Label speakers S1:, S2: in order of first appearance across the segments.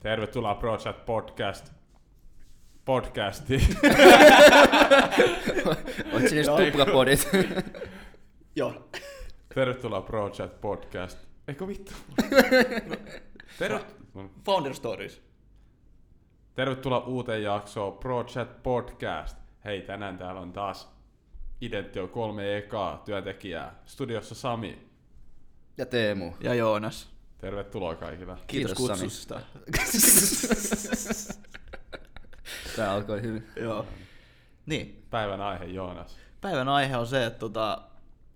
S1: Tervetuloa ProChat Podcast podcastiin.
S2: Oot sinä just tuplapodit?
S3: Joo.
S1: Tervetuloa ProChat Podcast. Eikö vittu? Terve...
S3: Founder Stories.
S1: Tervetuloa uuteen jaksoon ProChat Podcast. Hei, tänään täällä on taas Identio kolme ekaa työntekijää. Studiossa Sami.
S2: ja Teemu.
S3: Ja Joonas.
S1: Tervetuloa kaikille.
S2: Kiitos,
S3: Kiitos, Kiitos
S2: Sami.
S3: kutsusta.
S2: Tää alkoi hyvin.
S3: Joo. Niin.
S1: Päivän aihe Joonas.
S3: Päivän aihe on se, että tota,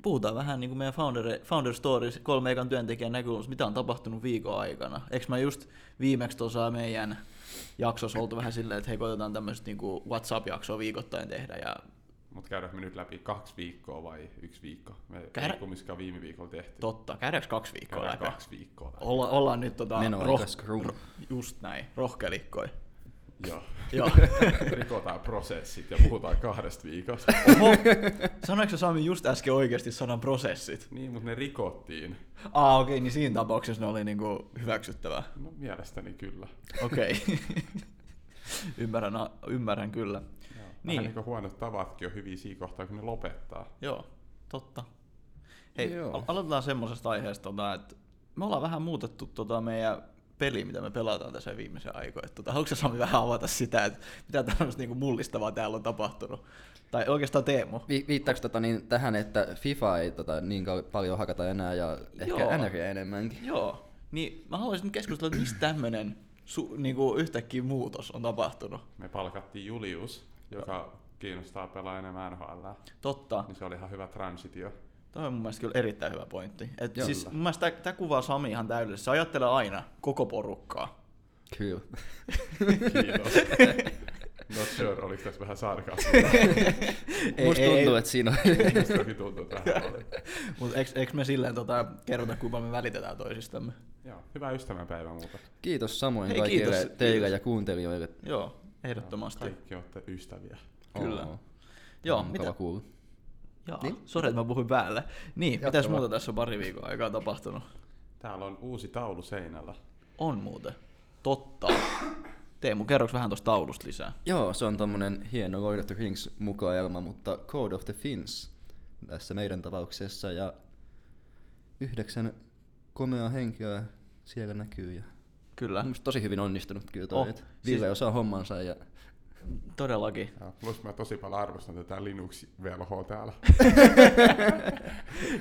S3: puhutaan vähän niin kuin meidän founder, founder Stories, kolme ekan työntekijän näkökulmasta, mitä on tapahtunut viikon aikana. Eikö mä just viimeksi tuossa meidän jaksossa oltu vähän silleen, että hei koitetaan tämmöistä niin WhatsApp-jaksoa viikoittain tehdä ja
S1: Mut käydään me nyt läpi kaksi viikkoa vai yksi viikko? Me
S3: Käydä-
S1: ei kumminkaan viime viikolla tehtiin.
S3: totta, käydäänkö kaksi viikkoa
S1: Käydään
S3: läpi?
S1: kaksi viikkoa läpi.
S3: Olla, ollaan nyt tota,
S2: Meno
S3: roh-
S2: rohkas room.
S3: just näin, rohkelikkoja.
S1: Joo.
S3: Joo.
S1: Rikotaan prosessit ja puhutaan kahdesta viikosta.
S3: Oho, sanoiko sä, Sami just äsken oikeasti sanan prosessit?
S1: Niin, mutta ne rikottiin.
S3: Aa okei, niin siinä tapauksessa ne oli niinku hyväksyttävää.
S1: No mielestäni kyllä.
S3: Okei. ymmärrän, ymmärrän kyllä.
S1: Joo. Vähän
S3: Niin.
S1: niin kuin huonot tavatkin on hyviä siinä kohtaa, kun ne lopettaa.
S3: Joo, totta. Hei,
S2: Joo.
S3: Joo. aloitetaan semmoisesta aiheesta, tota, että me ollaan vähän muutettu tota meidän peli, mitä me pelataan tässä viimeisen aikoina. Et Tota, haluatko sä, Sami vähän avata sitä, että mitä tämmöistä niinku mullistavaa täällä on tapahtunut? Tai oikeastaan Teemu.
S2: Vi- viittaako tota niin tähän, että FIFA ei tota niin kau- paljon hakata enää ja ehkä
S3: Joo.
S2: NRiä enemmänkin?
S3: Joo, niin mä haluaisin nyt keskustella, että mistä tämmöinen su- niinku yhtäkkiä muutos on tapahtunut.
S1: Me palkattiin Julius, joka kiinnostaa pelaa enemmän NHL.
S3: Totta.
S1: Niin se oli ihan hyvä transitio.
S3: Tämä on mun mielestä kyllä erittäin hyvä pointti. Et
S2: Joo.
S3: siis mun mielestä tämä kuvaa Sami ihan täydellisesti. Se ajattelee aina koko porukkaa.
S2: Kyllä.
S1: Kiitos. Not sure, oliko tässä vähän sarkasmia.
S2: Ei, Musta tuntuu, että siinä on...
S1: Musta toki tuntuu, että vähän oli.
S3: Mutta eikö, eikö me silleen tota, kerrota, kuinka paljon me välitetään toisistamme?
S1: Joo, hyvää ystävänpäivää muuta.
S2: Kiitos samoin
S3: Hei,
S2: kaikille
S3: kiitos.
S2: teille
S3: Kiitos.
S2: ja kuuntelijoille.
S3: Joo, ehdottomasti.
S1: Kaikki olette ystäviä.
S3: Kyllä.
S2: Oo.
S3: Joo,
S2: On Mukava
S3: mitä?
S2: kuulla.
S3: Jaa,
S2: Niin?
S3: niin? sori, että mä puhuin päälle. Niin,
S2: Jatkava.
S3: mitäs muuta tässä on pari viikon aikaa tapahtunut?
S1: Täällä on uusi taulu seinällä.
S3: On muuten. Totta. Teemu, kerroks vähän tuosta taulusta lisää?
S2: Joo, se on tommonen hieno Lord of the Rings mukaelma, mutta Code of the Fins tässä meidän tapauksessa ja yhdeksän komeaa henkeä siellä näkyy ja
S3: Kyllä,
S2: Musta tosi hyvin onnistunut kyllä toi,
S3: Oh,
S2: oh, Ville
S3: siis-
S2: osaa hommansa ja
S3: todellakin.
S1: Joo, Plus mä tosi paljon arvostan tätä Linux-velhoa täällä.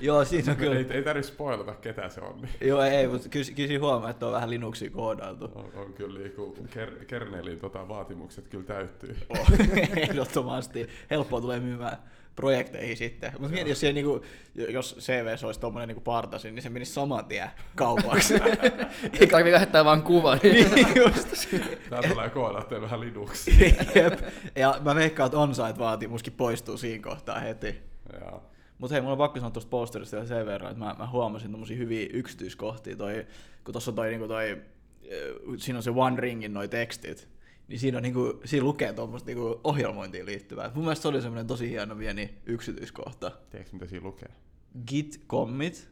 S3: Joo, siinä on
S1: Kyllä. Ei,
S3: kyllä.
S1: ei tarvitse spoilata, ketä se on. niin
S3: Joo, ei, mutta kyllä, kyllä siinä huomaa, että on vähän Linuxia koodailtu.
S1: On, on kyllä niinku ker, kernelin tota, vaatimukset kyllä täyttyy.
S3: Ehdottomasti. Helppoa tulee myymään projekteihin sitten. Mutta mieti, jos, siellä niinku, jos CV olisi tuommoinen niinku partasi, niin se menisi saman tien kaupaksi.
S2: ei tarvii lähettää vaan kuvan.
S3: niin just.
S1: Tää
S3: Eh.
S1: tulee koodattua vähän Linux.
S3: Jep. Ja mä veikkaan, että onsite-vaatimuskin poistuu siinä kohtaa heti.
S1: Joo.
S3: Mutta hei, mulla on pakko sanoa tuosta posterista vielä sen verran, että mä, mä huomasin tommosia hyviä yksityiskohtia, toi, kun tuossa on toi, niinku toi, ö, siinä on se One Ringin noi tekstit, niin siinä, on niinku, siinä lukee tuommoista niinku ohjelmointiin liittyvää. Mun mielestä se oli semmoinen tosi hieno pieni yksityiskohta.
S1: Tiedätkö mitä siinä lukee?
S3: Git commit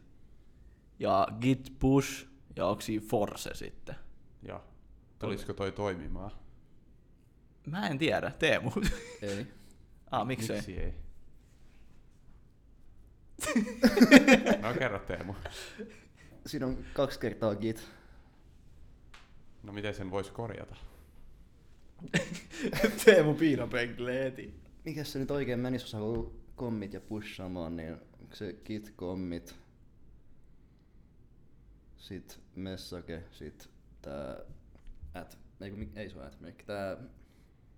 S3: ja git push ja onko siinä force sitten?
S1: Joo. Tulisiko toi toimimaan?
S3: Mä en tiedä, Teemu.
S2: ei.
S3: ah, miksei? Miksi?
S1: ei? no kerro Teemu.
S2: Siinä on kaksi kertaa git.
S1: No miten sen voisi korjata?
S3: Teemu piinapenkille heti.
S2: Mikäs se nyt oikein menisi, jos haluaa kommit ja pushamaan, niin onko se git kommit, sit message, sit tää at, ei, kun mi- ei se ole at-merkki, tää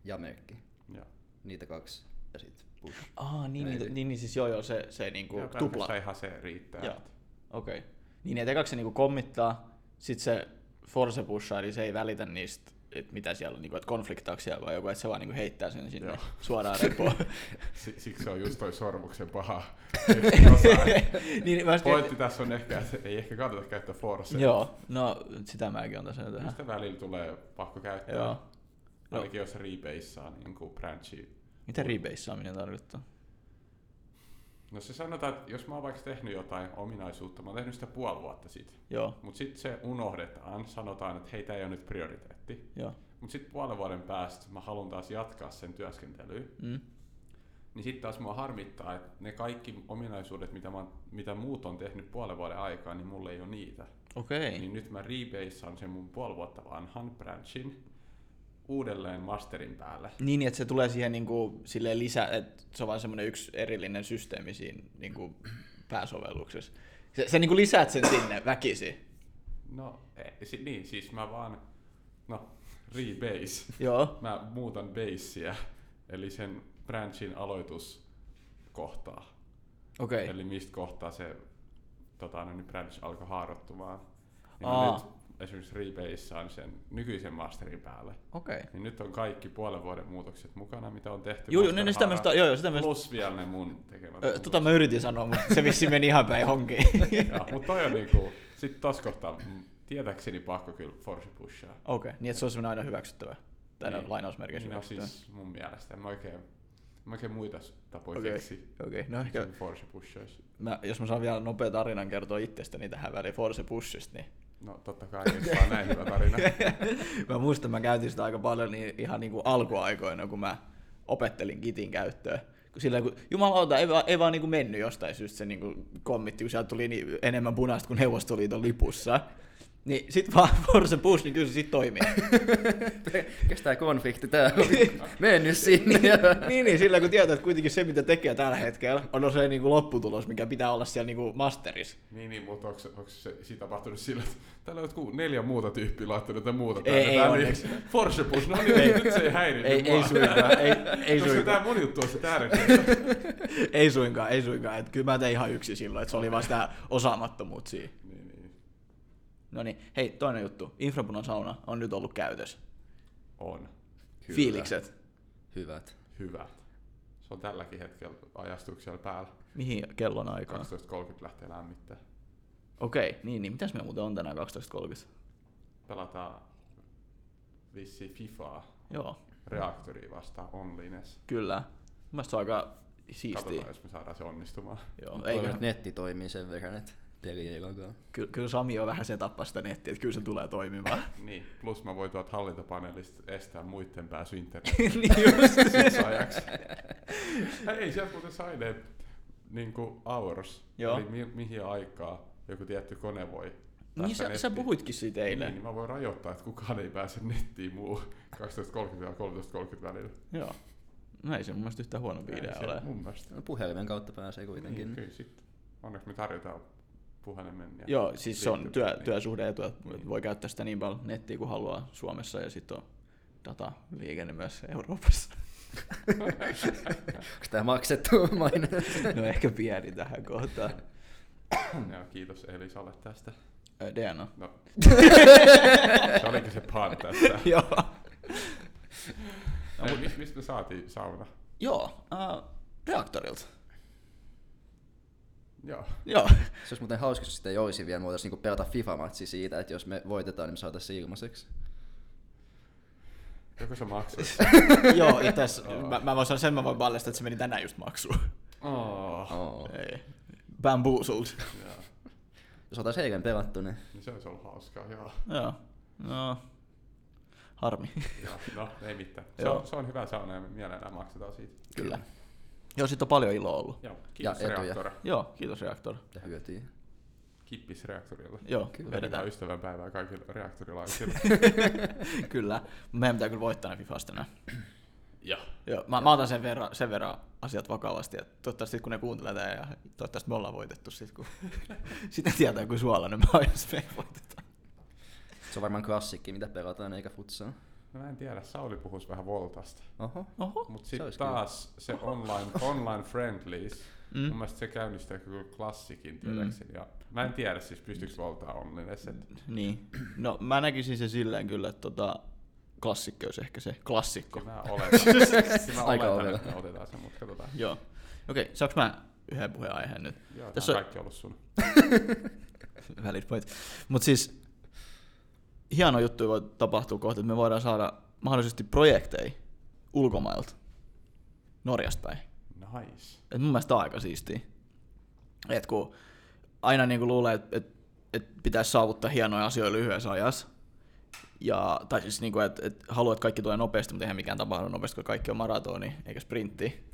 S2: ja-merkki,
S1: Joo.
S2: niitä kaksi ja sit push.
S3: Ah, niin,
S2: Maybe.
S3: niin, niin, niin siis joo joo, se, se niinku
S1: Joo,
S3: tupla,
S1: pelkästään ihan se riittää.
S3: Joo. Okei. Okay. Niin, että ekaksi se niinku kommittaa, sit se force pushaa, eli se ei välitä niistä, että mitä siellä on, niinku, että konfliktaako siellä vai joku, että se vaan niinku heittää sen sinne
S1: Joo.
S3: suoraan repoon.
S1: Si- siksi se on just toi sormuksen paha.
S3: niin, mä äsken-
S1: Pointti tässä on ehkä, että ei ehkä kannata käyttää forcea.
S3: Joo, no sitä mäkin on tässä nyt vähän.
S1: Mistä välillä tulee pakko käyttää?
S3: Joo. No.
S1: Ainakin jos rebaseaa niin kuin branchia.
S3: Mitä rebaseaaminen tarkoittaa?
S1: No se sanotaan, että jos mä oon vaikka tehnyt jotain ominaisuutta, mä oon tehnyt sitä puoli vuotta sitten.
S3: Joo,
S1: Mutta sitten se unohdetaan, sanotaan, että hei, tämä ei ole nyt prioriteetti.
S3: joo.
S1: Mutta sitten puolen vuoden päästä mä haluan taas jatkaa sen työskentelyä.
S3: Mm.
S1: Niin sitten taas mua harmittaa, että ne kaikki ominaisuudet, mitä, mä, oon- mitä muut on tehnyt puolen vuoden aikaa, niin mulla ei ole niitä.
S3: Okei.
S1: Niin nyt mä rebasean sen mun puoli vuotta vanhan branchin uudelleen masterin päälle.
S3: Niin, että se tulee siihen niin kuin, silleen lisä, että se on vain semmoinen yksi erillinen systeemi siinä niin kuin, pääsovelluksessa. Se, se niin kuin lisäät sen sinne väkisin.
S1: No, ei, si- niin, siis mä vaan, no, rebase.
S3: Joo.
S1: Mä muutan basea, eli sen branchin aloituskohtaa.
S3: Okei.
S1: Eli mistä kohtaa se tota, no, niin branch alkoi haarottumaan. Niin
S3: Aa.
S1: mä nyt esimerkiksi rebaseaan sen nykyisen masterin päälle.
S3: Okei.
S1: Niin nyt on kaikki puolen vuoden muutokset mukana, mitä on tehty.
S3: Joo, joo,
S1: masterhaaraan.
S3: niin sitä mä sitä, joo, joo, sitä mä sitä.
S1: Plus vielä ne mun tekemät.
S3: Ö, Tota mä yritin sanoa, mutta se vissi meni ihan päin honkiin.
S1: Mutta toi on niinku, sit tossa kohtaa mm, tietääkseni pakko kyllä force pushaa.
S3: Okei, niin että se on semmoinen aina hyväksyttävä. Tai
S1: Niin.
S3: niin. lainausmerkeissä
S1: No
S3: hyväksyttävä.
S1: siis mun mielestä. En Mä oikein, mä oikein muita s- tapoja okay.
S3: Okei,
S1: keksi.
S3: okei. No ehkä,
S1: Sen force pushais.
S3: mä, jos mä saan vielä nopea tarinan kertoa itsestäni tähän väliin Force Pushista, niin
S1: No totta kai, jos vaan näin hyvä tarina.
S3: mä muistan, mä käytin sitä aika paljon niin ihan niin kuin alkuaikoina, kun mä opettelin kitin käyttöä. Kun sillä kun, jumalauta, ei, vaan- ei vaan niin kuin mennyt jostain syystä se niin kuin kommitti, kun sieltä tuli niin enemmän punaista kuin Neuvostoliiton lipussa. Niin sit vaan Force Push, niin kyllä se sit toimii.
S2: Kestää konflikti tää on. Mennyt sinne.
S3: niin, niin, sillä kun tietää, että kuitenkin se, mitä tekee tällä hetkellä, on se niin kuin lopputulos, mikä pitää olla siellä niin kuin masterissa.
S1: Niin, niin mutta onko, onko se siitä tapahtunut sillä, että täällä on jotkut neljä muuta tyyppiä laittanut jotain muuta.
S3: Ei, ei
S1: täällä,
S3: onneksi.
S1: Niin, force push, no niin, ei, nyt se ei häirinnyt
S3: Ei- ei
S1: mua.
S3: suinkaan, ei- ei
S1: Koska
S3: suinkaan.
S1: tää mun juttu on se tärkeä.
S3: ei suinkaan, ei suinkaan. Et kyllä mä tein ihan yksi silloin, että se oli vaan sitä osaamattomuutta siinä.
S1: niin, niin,
S3: No niin, hei, toinen juttu. Infrapunan sauna on nyt ollut käytössä.
S1: on.
S2: Kyllä.
S3: Fiilikset.
S2: Hyvät.
S1: Hyvä. Se on tälläkin hetkellä ajastuksella päällä.
S3: Mihin kellon aikaan?
S1: 12.30 lähtee lämmittää.
S3: Okei, niin, niin mitäs me muuten on tänään 12.30?
S1: Pelataan vissi Fifaa
S3: Joo,
S1: reaktoria vastaan onlines.
S3: kyllä. Mun mielestä se on aika siistiä.
S1: Katsotaan, jos me saadaan se onnistumaan.
S3: Joo,
S2: Eikö?
S3: eikä,
S2: Toivon, että netti toimii sen verran, että peli ei olekaan.
S3: ky- kyllä Sami on vähän setappa sitä nettiä, että kyllä se tulee toimimaan.
S1: Niin, plus mä voin tuolta hallintopaneelista estää muiden pääsy internetiin
S3: niin just.
S1: siksi ajaksi. Hei, sieltä muuten sai ne niin hours,
S3: Joo.
S1: eli mi- mihin aikaa joku tietty kone voi
S3: niin
S1: päästä
S3: sä, sä
S1: nettiin.
S3: puhuitkin siitä eilen.
S1: Niin, niin mä voin rajoittaa, että kukaan ei pääse nettiin muu 12.30 ja 13.30 välillä.
S3: Joo. No ei se mun mielestä yhtään huono idea
S1: Ei se
S3: ole.
S1: Mun mielestä.
S2: No, puhelimen kautta pääsee kuitenkin.
S1: Niin, kyllä sit. Onneksi me tarjotaan puhelimen. Ja
S3: Joo, siis se on
S1: liittymät,
S3: työ,
S1: niin.
S3: työsuhde etu, että
S1: Niin.
S3: voi käyttää sitä niin paljon nettiä kuin haluaa Suomessa ja sitten on dataliikenne myös Euroopassa.
S2: Onko tää maksettu mainos?
S3: No ehkä pieni tähän kohtaan.
S1: Joo, kiitos Elisalle tästä.
S3: Ö, DNA.
S1: No, se olikin se pan tästä.
S3: Joo.
S1: No, mistä mist me saatiin sauna?
S3: Joo, äh, reaktorilta.
S1: Joo.
S3: Joo.
S2: Se olisi muuten hauska, jos sitä ei olisi vielä. Me voitaisiin niinku pelata FIFA-matsi siitä, että jos me voitetaan, niin me saataisiin se ilmaiseksi.
S1: Joko sä maksat?
S3: Joo, itse mä, mä voin sanoa sen, mä voin paljastaa, että se meni tänään just maksuun.
S1: Oh.
S2: Oh.
S3: Ei. Bamboozled.
S1: Joo.
S2: Jos oltaisiin eilen pelattu, niin
S1: Niin se olisi ollut hauskaa, joo.
S3: Joo. No. Harmi.
S1: joo. No, ei mitään. Se,
S3: Joo.
S1: on, se on hyvä sauna ja me mielellään maksetaan siitä.
S3: Kyllä. Joo, siitä on paljon iloa ollut.
S1: Joo, kiitos
S2: Ja
S1: ja
S2: etuja.
S1: reaktori.
S3: Joo, kiitos reaktori.
S2: ja hyötyä.
S1: Kippis reaktorilla.
S3: Joo,
S2: Kyllä.
S1: Vedetään
S3: vedetään.
S1: ystävänpäivää kaikille reaktorilaisille.
S3: kyllä. Meidän pitää kyllä voittaa ne Fifasta nää.
S1: Joo.
S3: Joo, mä, mä otan sen verran, sen verran asiat vakavasti, ja toivottavasti kun ne kuuntelee tää, ja toivottavasti me ollaan voitettu sit, kun sitten tietää, kuin suolainen mä oon, jos me ei voiteta.
S2: Se on varmaan klassikki, mitä pelataan, eikä futsaa.
S1: No mä en tiedä, Sauli puhuis vähän Voltasta.
S2: Oho.
S3: Oho.
S1: Mut
S2: Se
S1: sit
S2: olisi
S1: taas se online, online friendlies,
S3: Mm.
S1: mm. mun mielestä se käynnistää kyllä klassikin tietääkseni. Ja mä en tiedä siis pystyykö Voltaa onlines, että
S3: Niin. No mä näkisin sen silleen kyllä, että tota, klassikko olisi ehkä se klassikko.
S1: Kyllä mä oletan, Kyllä mä
S2: Aika
S1: oletan
S2: ovela.
S1: että me otetaan se, mutta katsotaan.
S3: Joo. Okei, saanko mä yhden puheenaiheen nyt?
S1: Joo, Tässä
S3: Tässä
S1: on
S3: on
S1: kaikki ollut sun.
S3: valid point. Mutta siis hieno juttu voi tapahtua kohta, että me voidaan saada mahdollisesti projekteja ulkomailta, Norjasta päin.
S1: Nice.
S3: Et mun mielestä tää on aika siistiä. Et kun aina niin kuin luulee, että et, et pitäisi saavuttaa hienoja asioita lyhyessä ajassa. Ja, tai siis, niin kuin, että et haluat, että kaikki tulee nopeasti, mutta eihän mikään tapahdu nopeasti, kun kaikki on maratoni eikä sprintti.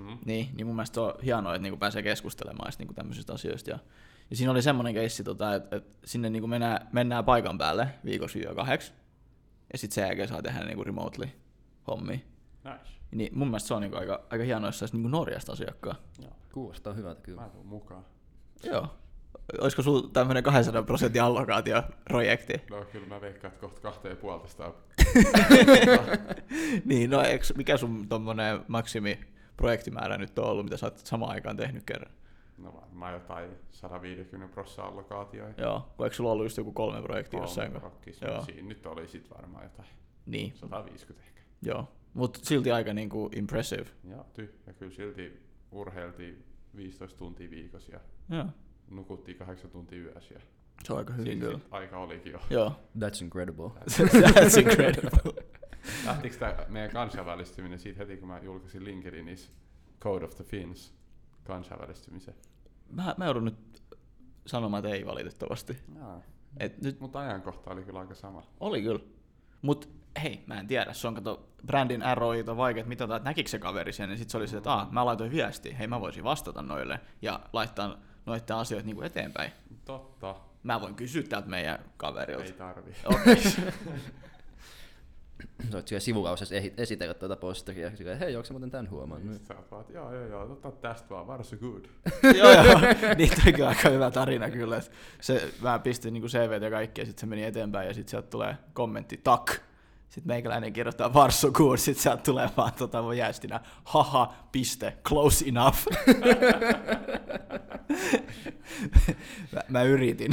S1: Mm.
S3: Niin, niin mun mielestä se on hienoa, että niinku pääsee keskustelemaan sit niinku tämmöisistä asioista. Ja, ja siinä oli semmoinen keissi, tota, että et sinne niinku mennään, mennään paikan päälle viikossa yö kahdeksi, ja sitten sen jälkeen saa tehdä niinku remotely hommia.
S1: Nice.
S3: Niin mun mielestä se on niinku aika, aika hienoa, jos saisi niinku Norjasta asiakkaan.
S1: Joo.
S2: Kuulostaa hyvältä kyllä.
S1: Mä tuun mukaan.
S3: Joo. Olisiko sulla tämmöinen 200 prosentin allokaatioprojekti?
S1: No kyllä mä veikkaan, että kohta kahteen ja puolta sitä
S3: niin, no eks, mikä sun tommonen maksimi projektimäärä nyt on ollut, mitä sä oot samaan aikaan tehnyt kerran?
S1: No varmaan jotain 150 prossa allokaatioja.
S3: Joo, kun eikö sulla ollut just joku kolme projektia jossain? kun-
S1: rockis,
S3: Joo.
S1: Siinä nyt oli sit varmaan jotain
S3: Niin,
S1: 150 ehkä.
S3: Joo, mutta silti aika niinku impressive.
S1: Joo, ty. Ja kyllä silti urheiltiin 15 tuntia viikossa ja
S3: Joo.
S1: nukuttiin 8 tuntia yössä. Ja
S3: Se on aika hyvin
S1: siinä
S3: kyllä.
S1: sit Siis aika olikin jo.
S3: Joo.
S2: That's incredible.
S3: That's incredible.
S1: Lähtikö tämä meidän kansainvälistyminen siitä heti, kun mä julkaisin LinkedInissä Code of the Fins kansainvälistymisen?
S3: Mä, mä joudun nyt sanomaan, että ei valitettavasti.
S1: Jaa.
S3: Et nyt
S1: Mutta ajankohta oli kyllä aika sama.
S3: oli kyllä. Mut hei, mä en tiedä, se on kato brändin ROI on vaikea, että mitata, että näkikö se kaveri sen, niin sit se oli se, että aah, mä laitoin viesti, hei mä voisin vastata noille ja laittaa noiden asioita niinku eteenpäin.
S1: Totta,
S3: Mä voin kysyä tältä meidän
S1: ei
S3: kaverilta.
S1: tarvi.
S3: Okei.
S2: Sä oot siellä sivulausessa ehi- esitellä tuota posteria. Silleen, hei, onko sä muuten tän huomannut?
S1: Niin Sä oot vaan, että joo, joo, joo, tota tästä vaan, varsin good.
S3: joo, joo. Niin, toi on kyllä aika hyvä tarina kyllä. Et Se, mä pistin niinku CVt ja kaikki ja sitten se meni eteenpäin ja sitten sieltä tulee kommentti tak. Sitten meikäläinen kirjoittaa Varso Good, sitten sieltä tulee vaan tota mun jästinä, haha, piste, close enough. mä, mä, yritin,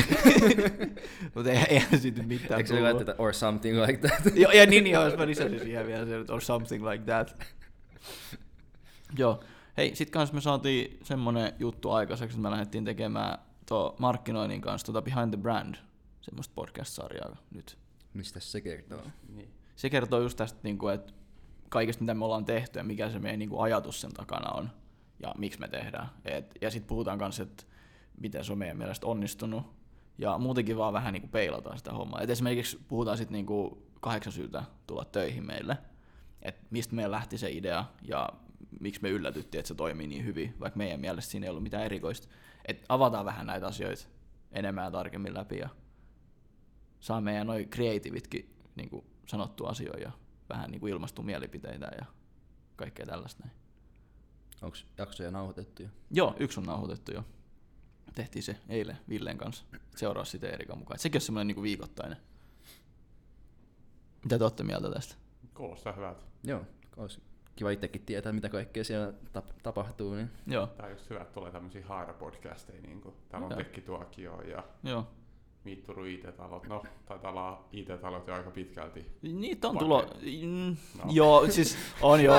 S3: mutta ei, eihän siitä nyt mitään
S2: Eikö se
S3: tullut.
S2: laiteta or something like that?
S3: Joo, ja niin, joo, jos mä lisäsin siihen vielä sen, or something like that. joo. Hei, sit kanssa me saatiin semmonen juttu aikaiseksi, että me lähdettiin tekemään tuo markkinoinnin kanssa tuota Behind the Brand, semmoista podcast-sarjaa nyt.
S2: Mistä se kertoo?
S1: Niin.
S3: Se kertoo just tästä, niin kuin, että kaikesta mitä me ollaan tehty ja mikä se meidän niin kuin, ajatus sen takana on ja miksi me tehdään. Et, ja sitten puhutaan kanssa, että miten se on meidän mielestä onnistunut ja muutenkin vaan vähän niin kuin, peilataan sitä hommaa. Et esimerkiksi puhutaan sitten niin kuin, kahdeksan syytä tulla töihin meille, että mistä meillä lähti se idea ja miksi me yllätyttiin, että se toimii niin hyvin, vaikka meidän mielestä siinä ei ollut mitään erikoista. Et avataan vähän näitä asioita enemmän ja tarkemmin läpi ja saa meidän noin kreatiivitkin niin kuin sanottua asioita ja vähän niin kuin ilmastuu mielipiteitä ja kaikkea tällaista näin.
S2: Onko jaksoja nauhoitettu jo?
S3: Joo, yksi on nauhoitettu jo. Tehtiin se eilen Villen kanssa. Seuraa sitä Erikan mukaan. Et sekin on semmoinen niin kuin viikoittainen. Mitä te olette mieltä tästä?
S1: Kuulostaa hyvältä.
S2: Joo, olisi kiva itsekin tietää, mitä kaikkea siellä tap- tapahtuu. Niin.
S3: Joo,
S1: Tää on just hyvä, että tulee tämmöisiä haarapodcasteja, niin kuin täällä on
S3: Joo.
S1: Pekki Tuokio ja
S3: joo.
S1: Miitturu IT-talot. No, taitaa olla IT-talot jo aika pitkälti.
S3: Niitä on
S1: Vaikea.
S3: tulo... Mm,
S1: No.
S3: Joo, siis on joo.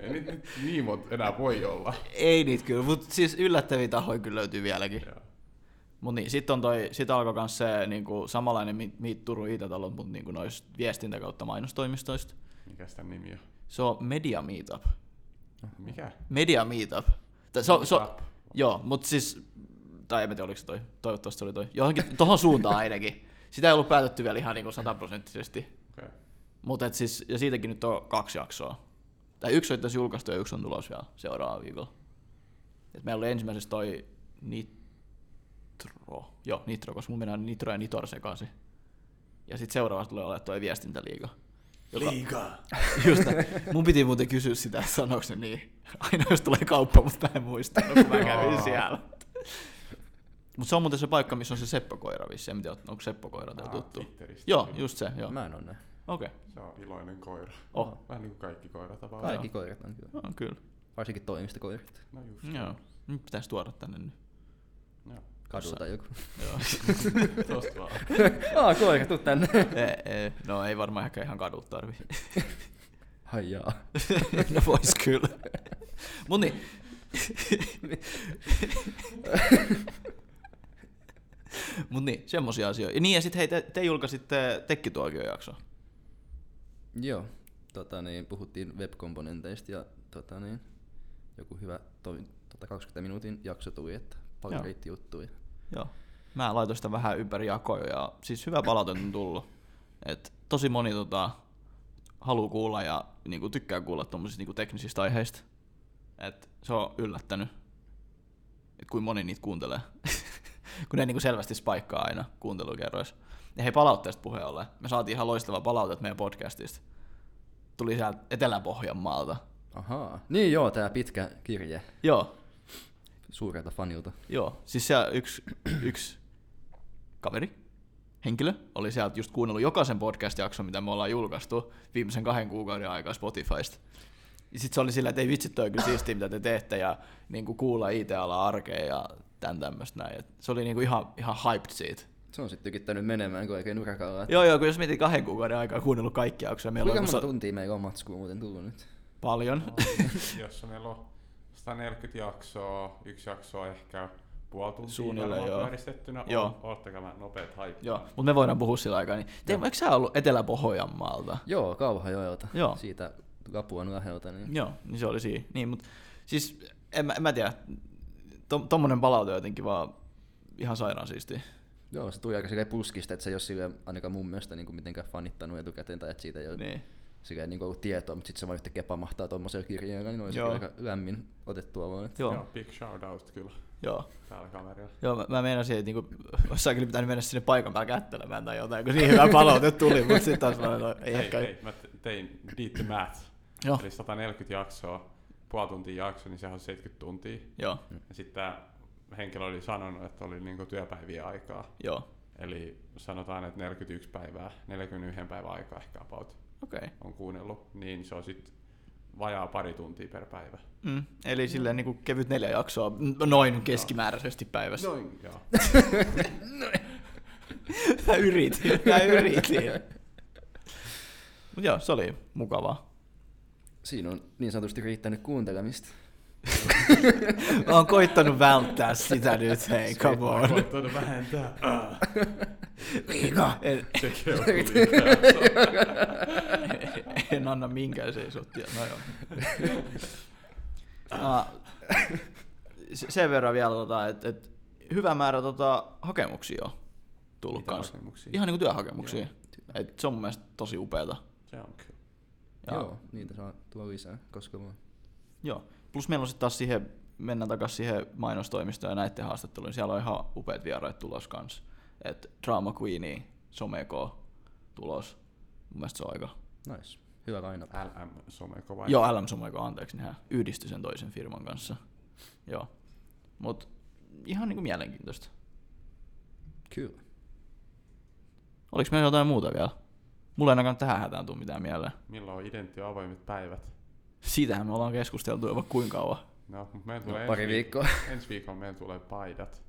S1: Ei nyt, nyt niin monta enää voi olla.
S3: Ei niitä kyllä, mutta siis yllättäviä tahoja kyllä löytyy vieläkin.
S1: Joo.
S3: Mut niin, sit, on toi, sit alkoi myös se niinku, samanlainen Meet- Meet Turun IT-talot, mutta niinku, noista viestintä kautta mainostoimistoista.
S1: Mikäs tämän nimi on?
S3: Se on Media Meetup.
S1: Mikä?
S3: Media Meetup. Tai se, on- se, on-
S1: Meetup.
S3: joo, mutta siis, tai en mä tiedä oliko se toi, toivottavasti se oli toi. Johonkin, tohon suuntaan ainakin. Sitä ei ollut päätetty vielä ihan niinku sataprosenttisesti.
S1: Okay.
S3: Mut et siis, ja siitäkin nyt on kaksi jaksoa. Tai yksi on tässä julkaistu ja yksi on tulos vielä seuraavalla viikolla. Et meillä oli ensimmäisessä toi Nitro. Joo, Nitro, koska mun mennään Nitro ja Nitor sekaisin. Ja sitten seuraavassa tulee olemaan toi viestintäliiga. Joka,
S1: Liikaa.
S3: just näin. Mun piti muuten kysyä sitä, että sanoiko se niin. Aina jos tulee kauppa, mutta mä en muista, no kun mä kävin
S1: Aa.
S3: siellä. Mutta se on muuten se paikka, missä on se Seppo-koira vissiin. En tiedä, onko Seppo-koira teillä tuttu? Joo, just se, joo.
S2: Mä en ole näin.
S3: Okei.
S1: Ah, Se on iloinen koira.
S3: Oh.
S1: Vähän niin kuin kaikki koirat tavallaan.
S2: Kaikki koirat on kyllä.
S3: No, kyllä.
S2: Varsinkin toimistokoirat.
S1: No just.
S3: Joo. Nyt pitäisi tuoda tänne nyt.
S1: Joo.
S2: Kadulta joku.
S3: Joo.
S1: Tosta vaan.
S2: Aa, koira, tuu tänne.
S3: ei, ei. No ei varmaan ehkä ihan kadut tarvi.
S2: Hai jaa.
S3: no vois kyllä. Mut niin. Mut niin, semmosia asioita. Ja niin ja sit hei, te, te julkaisitte Tekkituokion jakso.
S2: Joo, tota niin, puhuttiin webkomponenteista ja tota niin, joku hyvä toi, tota 20 minuutin jakso tuli, että paljon
S3: Joo.
S2: riitti juttuja.
S3: Joo. Mä laitoin sitä vähän ympäri jakoja ja siis hyvä palautetta on tullut. Et tosi moni tota, haluaa kuulla ja niinku, tykkää kuulla tommosista niinku, teknisistä aiheista. Et se on yllättänyt, että kuin moni niitä kuuntelee. kun ne niinku, selvästi spaikkaa aina kuuntelukerroissa. Ja hei palautteesta puheen ollen. Me saatiin ihan loistava palautetta meidän podcastista. Tuli sieltä Etelä-Pohjanmaalta.
S2: Ahaa. Niin joo, tää pitkä kirje
S3: Joo,
S2: suurelta fanilta.
S3: Joo, siis siellä yksi, yksi kaveri, henkilö, oli sieltä just kuunnellut jokaisen podcast-jakson, mitä me ollaan julkaistu viimeisen kahden kuukauden aikaa Spotifysta. Ja sitten se oli sillä, että ei vitsi, toi on kyllä siistiä, mitä te teette, ja niin kuin kuulla IT-alaa arkea ja tämän tämmöistä näin. Et se oli niin kuin ihan, ihan hyped siitä.
S2: Se on sitten tykittänyt menemään kuin oikein urakalla.
S3: Joo, joo, kun jos mietin kahden kuukauden aikaa kuunnellut kaikki jaksoja, meillä
S2: Kuinka
S3: on
S2: monta
S3: so-
S2: tuntia meillä on matskua muuten tullut nyt?
S3: paljon.
S1: jossa meillä on 140 jaksoa, yksi jakso on ehkä puoli tuntia
S3: Suunnilleen,
S1: varmaan
S3: joo.
S1: pyöristettynä.
S3: Joo.
S1: O- Oottakaa mä nopeet haikut.
S3: joo, mutta me voidaan puhua sillä aikaa. Niin. Teemu, eikö sä ollut Etelä-Pohjanmaalta?
S2: Joo, Kauhajoelta.
S3: Joo.
S2: Siitä Lapuan läheltä. Niin.
S3: Joo, niin se oli siinä. Niin, mutta siis en, mä- en mä tiedä, to, tommonen palaute on jotenkin vaan ihan sairaan siistiä.
S2: Joo, se tuli aika silleen puskista, että se ei ole silleen ainakaan mun mielestä niin kuin mitenkään fanittanut etukäteen tai että siitä ei ole niin.
S3: Niin.
S2: silleen niin kuin ollut tietoa, mutta sitten se vaan yhtäkkiä pamahtaa tuommoisella kirjeellä, niin olisi
S3: Joo.
S2: kyllä aika lämmin otettua vaan. että-
S3: Joo,
S1: Joo, big shout out kyllä
S3: joo.
S1: täällä kamerilla.
S3: Joo, mä, mä meinasin, että niinku, olisi kyllä pitänyt mennä sinne paikan päällä kättelemään tai jotain, kun siihen hyvä palaute tuli, mutta sitten taas mä olin, no, ei
S1: hei,
S3: ehkä. No.
S1: hei, mä te- tein Deed the Math.
S3: Joo,
S1: Eli 140 jaksoa, puoli tuntia jakso, niin sehän on 70 tuntia.
S3: joo,
S1: Ja sitten tämä henkilö oli sanonut, että oli niinku työpäiviä aikaa.
S3: joo.
S1: Eli sanotaan, että 41 päivää, 41 päivän aikaa ehkä about
S3: Okei. Okay.
S1: on kuunnellut, niin se on sitten vajaa pari tuntia per päivä.
S3: Mm. Eli silleen niinku kevyt neljä jaksoa n- noin keskimääräisesti päivässä.
S1: Noin. Joo.
S3: Mä yritin, mä yritin. Mut joo, se oli mukavaa.
S2: Siinä on niin sanotusti riittänyt kuuntelemista.
S3: Mä oon koittanut välttää sitä nyt, hei, come on.
S1: Koittanut vähentää. Ah,
S3: Miika! En,
S1: Sekin on liikaa.
S3: en anna minkään seisottia. No joo. Ah, se- sen verran vielä, tota, että et hyvä määrä tota, hakemuksia on tullut
S1: Mitä
S3: kanssa.
S1: hakemuksia?
S3: Ihan niinku työhakemuksia. Et se on mun mielestä tosi upeeta.
S1: Se on kyllä.
S3: Ja,
S2: Joo, niitä saa tulla lisää, koska vaan.
S3: joo. Plus meillä on sitten taas siihen, mennään takaisin siihen mainostoimistoon ja näiden haastatteluun. Siellä on ihan upeat vieraat tulos kanssa. Et Drama Queeni, Someko tulos. Mun mielestä se on aika
S2: Nice. Hyvä laina.
S1: LM Someko vai?
S3: Joo, LM Someco, anteeksi, nehän yhdistyi sen toisen firman kanssa. Joo. Mut ihan niinku mielenkiintoista.
S2: Kyllä.
S3: Oliko meillä jotain muuta vielä? Mulla ei ainakaan tähän hätään tule mitään mieleen.
S1: Milloin on identio avoimet päivät?
S3: Siitähän me ollaan keskusteltu jo vaikka kuinka kauan.
S1: No, mut meillä
S2: No,
S1: tulee
S2: pari
S1: ensi
S2: viikkoa.
S1: ensi viikolla meillä tulee paidat.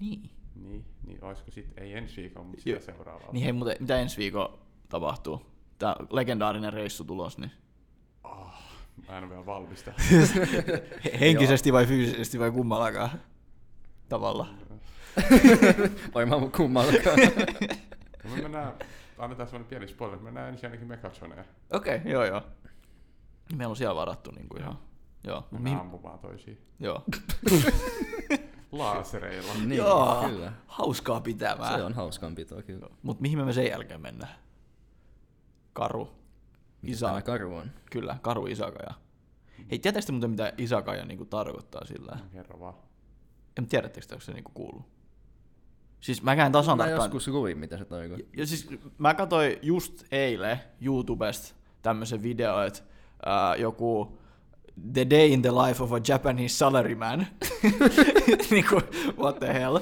S3: Niin.
S1: Niin, niin olisiko sitten, ei ensi viikolla, mutta
S3: Joo.
S1: sitä seuraavalla.
S3: Niin hei, muuten, mitä ensi viikolla tapahtuu? Tää legendaarinen reissu tulos, niin
S1: Mä en ole vielä valmista.
S3: henkisesti vai fyysisesti vai kummallakaan tavalla.
S2: Varmaan mun kummallakaan.
S1: No me mennään, annetaan semmonen pieni spoiler, me mennään ensin ainakin Megatroneen.
S3: No Okei, okay, joo joo. Niin Meillä on siellä varattu niinku ihan. Joo.
S2: No.
S1: Mennään
S3: Mihin,
S1: ampumaan toisiin.
S3: joo.
S1: Laasereilla.
S2: niin,
S3: Joo.
S2: kyllä.
S3: Hauskaa pitämään.
S2: Se on hauskanpitoa kyllä.
S3: Mutta mihin me sen jälkeen mennään? Karu.
S2: Isä. Tämä
S3: Isaka.
S2: karu on.
S3: Kyllä, Karu Isakaja. Hei, tietääkö te muuten mitä Isakaja niinku tarkoittaa sillä?
S1: Kerro vaan.
S3: En tiedättekö te, onko se niinku kuuluu? Siis mä käyn tasan
S2: Mä
S3: tarkkaan.
S2: joskus luin, mitä se tarkoittaa.
S3: Ja siis mä katsoin just eilen YouTubesta tämmöisen video, että äh, joku The Day in the Life of a Japanese Salaryman. niinku, what the hell.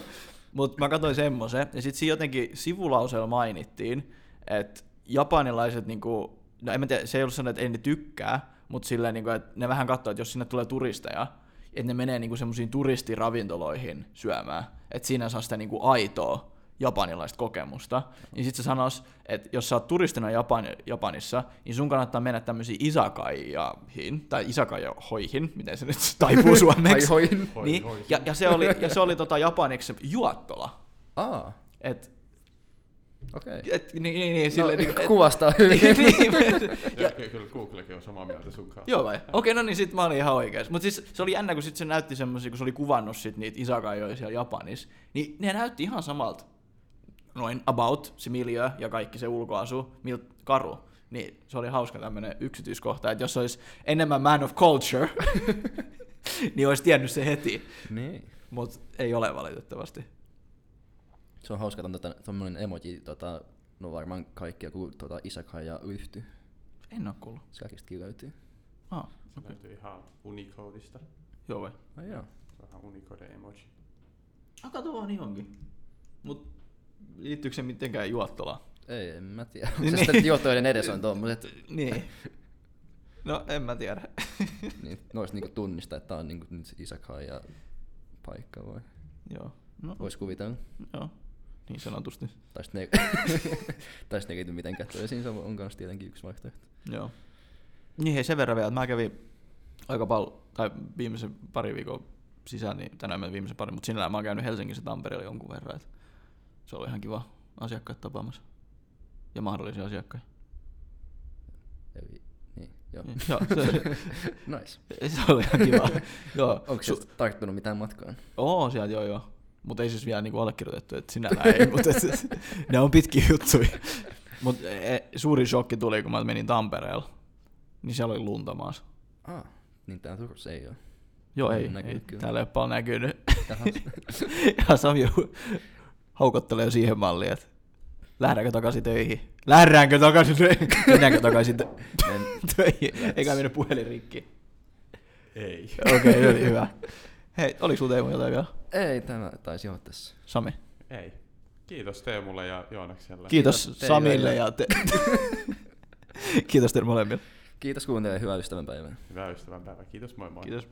S3: Mutta mä katsoin semmoisen, ja sitten siinä jotenkin sivulauseella mainittiin, että japanilaiset, niinku, no en mä tiedä, se ei ollut sellainen, että ei ne tykkää, mutta silleen, niinku, että ne vähän katsoo, että jos sinne tulee turisteja, että ne menee niinku semmoisiin turistiravintoloihin syömään, että siinä saa sitä niinku aitoa japanilaista kokemusta. Niin sitten se sanois, että jos sä oot turistina Japan, Japanissa, niin sun kannattaa mennä tämmöisiin isakaijahin, tai isakajohoihin, miten se nyt taipuu suomeksi.
S2: Aihoin.
S1: Hoi,
S3: niin,
S1: hoi.
S3: ja, ja, se oli, ja se oli tota japaniksi juottola.
S2: Aa.
S3: Et
S2: Okei.
S3: Et, niin, niin, niin,
S2: No,
S3: silleen, niinku, et-
S2: kuvastaa hyvin.
S3: niin, et-
S1: Ja, ky- kyllä Googlekin on samaa mieltä sun kanssa.
S3: Joo vai? Okei, no niin sit mä olin ihan oikeas. Mut siis se oli jännä, kun sit se näytti semmosia, kun se oli kuvannut sit niitä isakajoja siellä Japanissa. Niin ne näytti ihan samalta. Noin about, se miljöö ja kaikki se ulkoasu, milt karu. Niin se oli hauska tämmönen yksityiskohta, että jos olisi enemmän man of culture, niin olisi tiennyt se heti.
S2: niin.
S3: Mut ei ole valitettavasti.
S2: Se on hauska, että on tuommoinen emoji, tota, no varmaan kaikki joku tota, isäkai ja yhty.
S3: En oo kuullut.
S2: Säkistäkin löytyy.
S3: Ah,
S1: Se löytyy ihan Unicodeista.
S3: joo vai?
S2: Ai joo.
S1: Se on ihan Unicode emoji.
S3: Ah, kato vaan niin onkin. Mut liittyykö se mitenkään juottolaan?
S2: Ei, en mä tiedä.
S3: Niin.
S2: Se sitten juottojen edes on tommoset.
S3: Niin. No, en mä tiedä.
S2: Niin, noista niinku tunnistaa, että tää on niinku nyt isäkai ja paikka vai?
S3: Joo. No,
S2: Vois kuvitella.
S3: joo. Niin sanotusti.
S2: Tai sitten ne, tai sit ne liity mitenkään toisiin, se on kans tietenkin yksi vaihtoehto.
S3: Joo. Niin hei, sen verran vielä, että mä kävin aika paljon, tai viimeisen pari viikon sisään, niin tänään mä viimeisen pari, mutta sinällään mä oon käynyt Helsingissä ja Tampereella jonkun verran, että se oli ihan kiva asiakkaat tapaamassa. Ja mahdollisia asiakkaita.
S2: Eli, niin, joo.
S3: Niin, joo, se-
S2: nice.
S3: se oli ihan kiva. joo.
S2: Onko
S3: Su-
S2: Su- tarttunut mitään matkaan?
S3: Oo, sieltä joo joo. Mutta ei siis vielä niinku allekirjoitettu, että sinällään ei, mutta ne on pitkiä juttuja. Mut e, suuri shokki tuli, kun mä menin Tampereella, niin siellä oli lunta maassa.
S2: Ah, niin tää Turussa ei oo.
S3: Joo, ei,
S2: Näkyy
S3: ei
S2: kyllä.
S3: täällä ei ole paljon näkynyt.
S2: Jaha.
S3: ja Sami haukottelee siihen malliin, että lähdäänkö takaisin töihin? Lähdäänkö takaisin töihin? Mennäänkö takaisin tö-
S2: Men-
S3: töihin? Eikä mennyt puhelin rikki.
S1: Ei.
S3: Okei, okay, hyvä. Hei, oliko sulla Teemu jotain vielä?
S2: ei, tämä taisi olla tässä.
S3: Sami.
S1: Ei. Kiitos Teemulle ja Joonakselle.
S3: Kiitos,
S2: Kiitos teille
S3: Samille
S2: ja-
S3: ja te... Kiitos teille molemmille.
S2: Kiitos kuuntelijoille, hyvää ystävänpäivää.
S1: Hyvää ystävänpäivää. Kiitos, moi moi.
S3: Kiitos.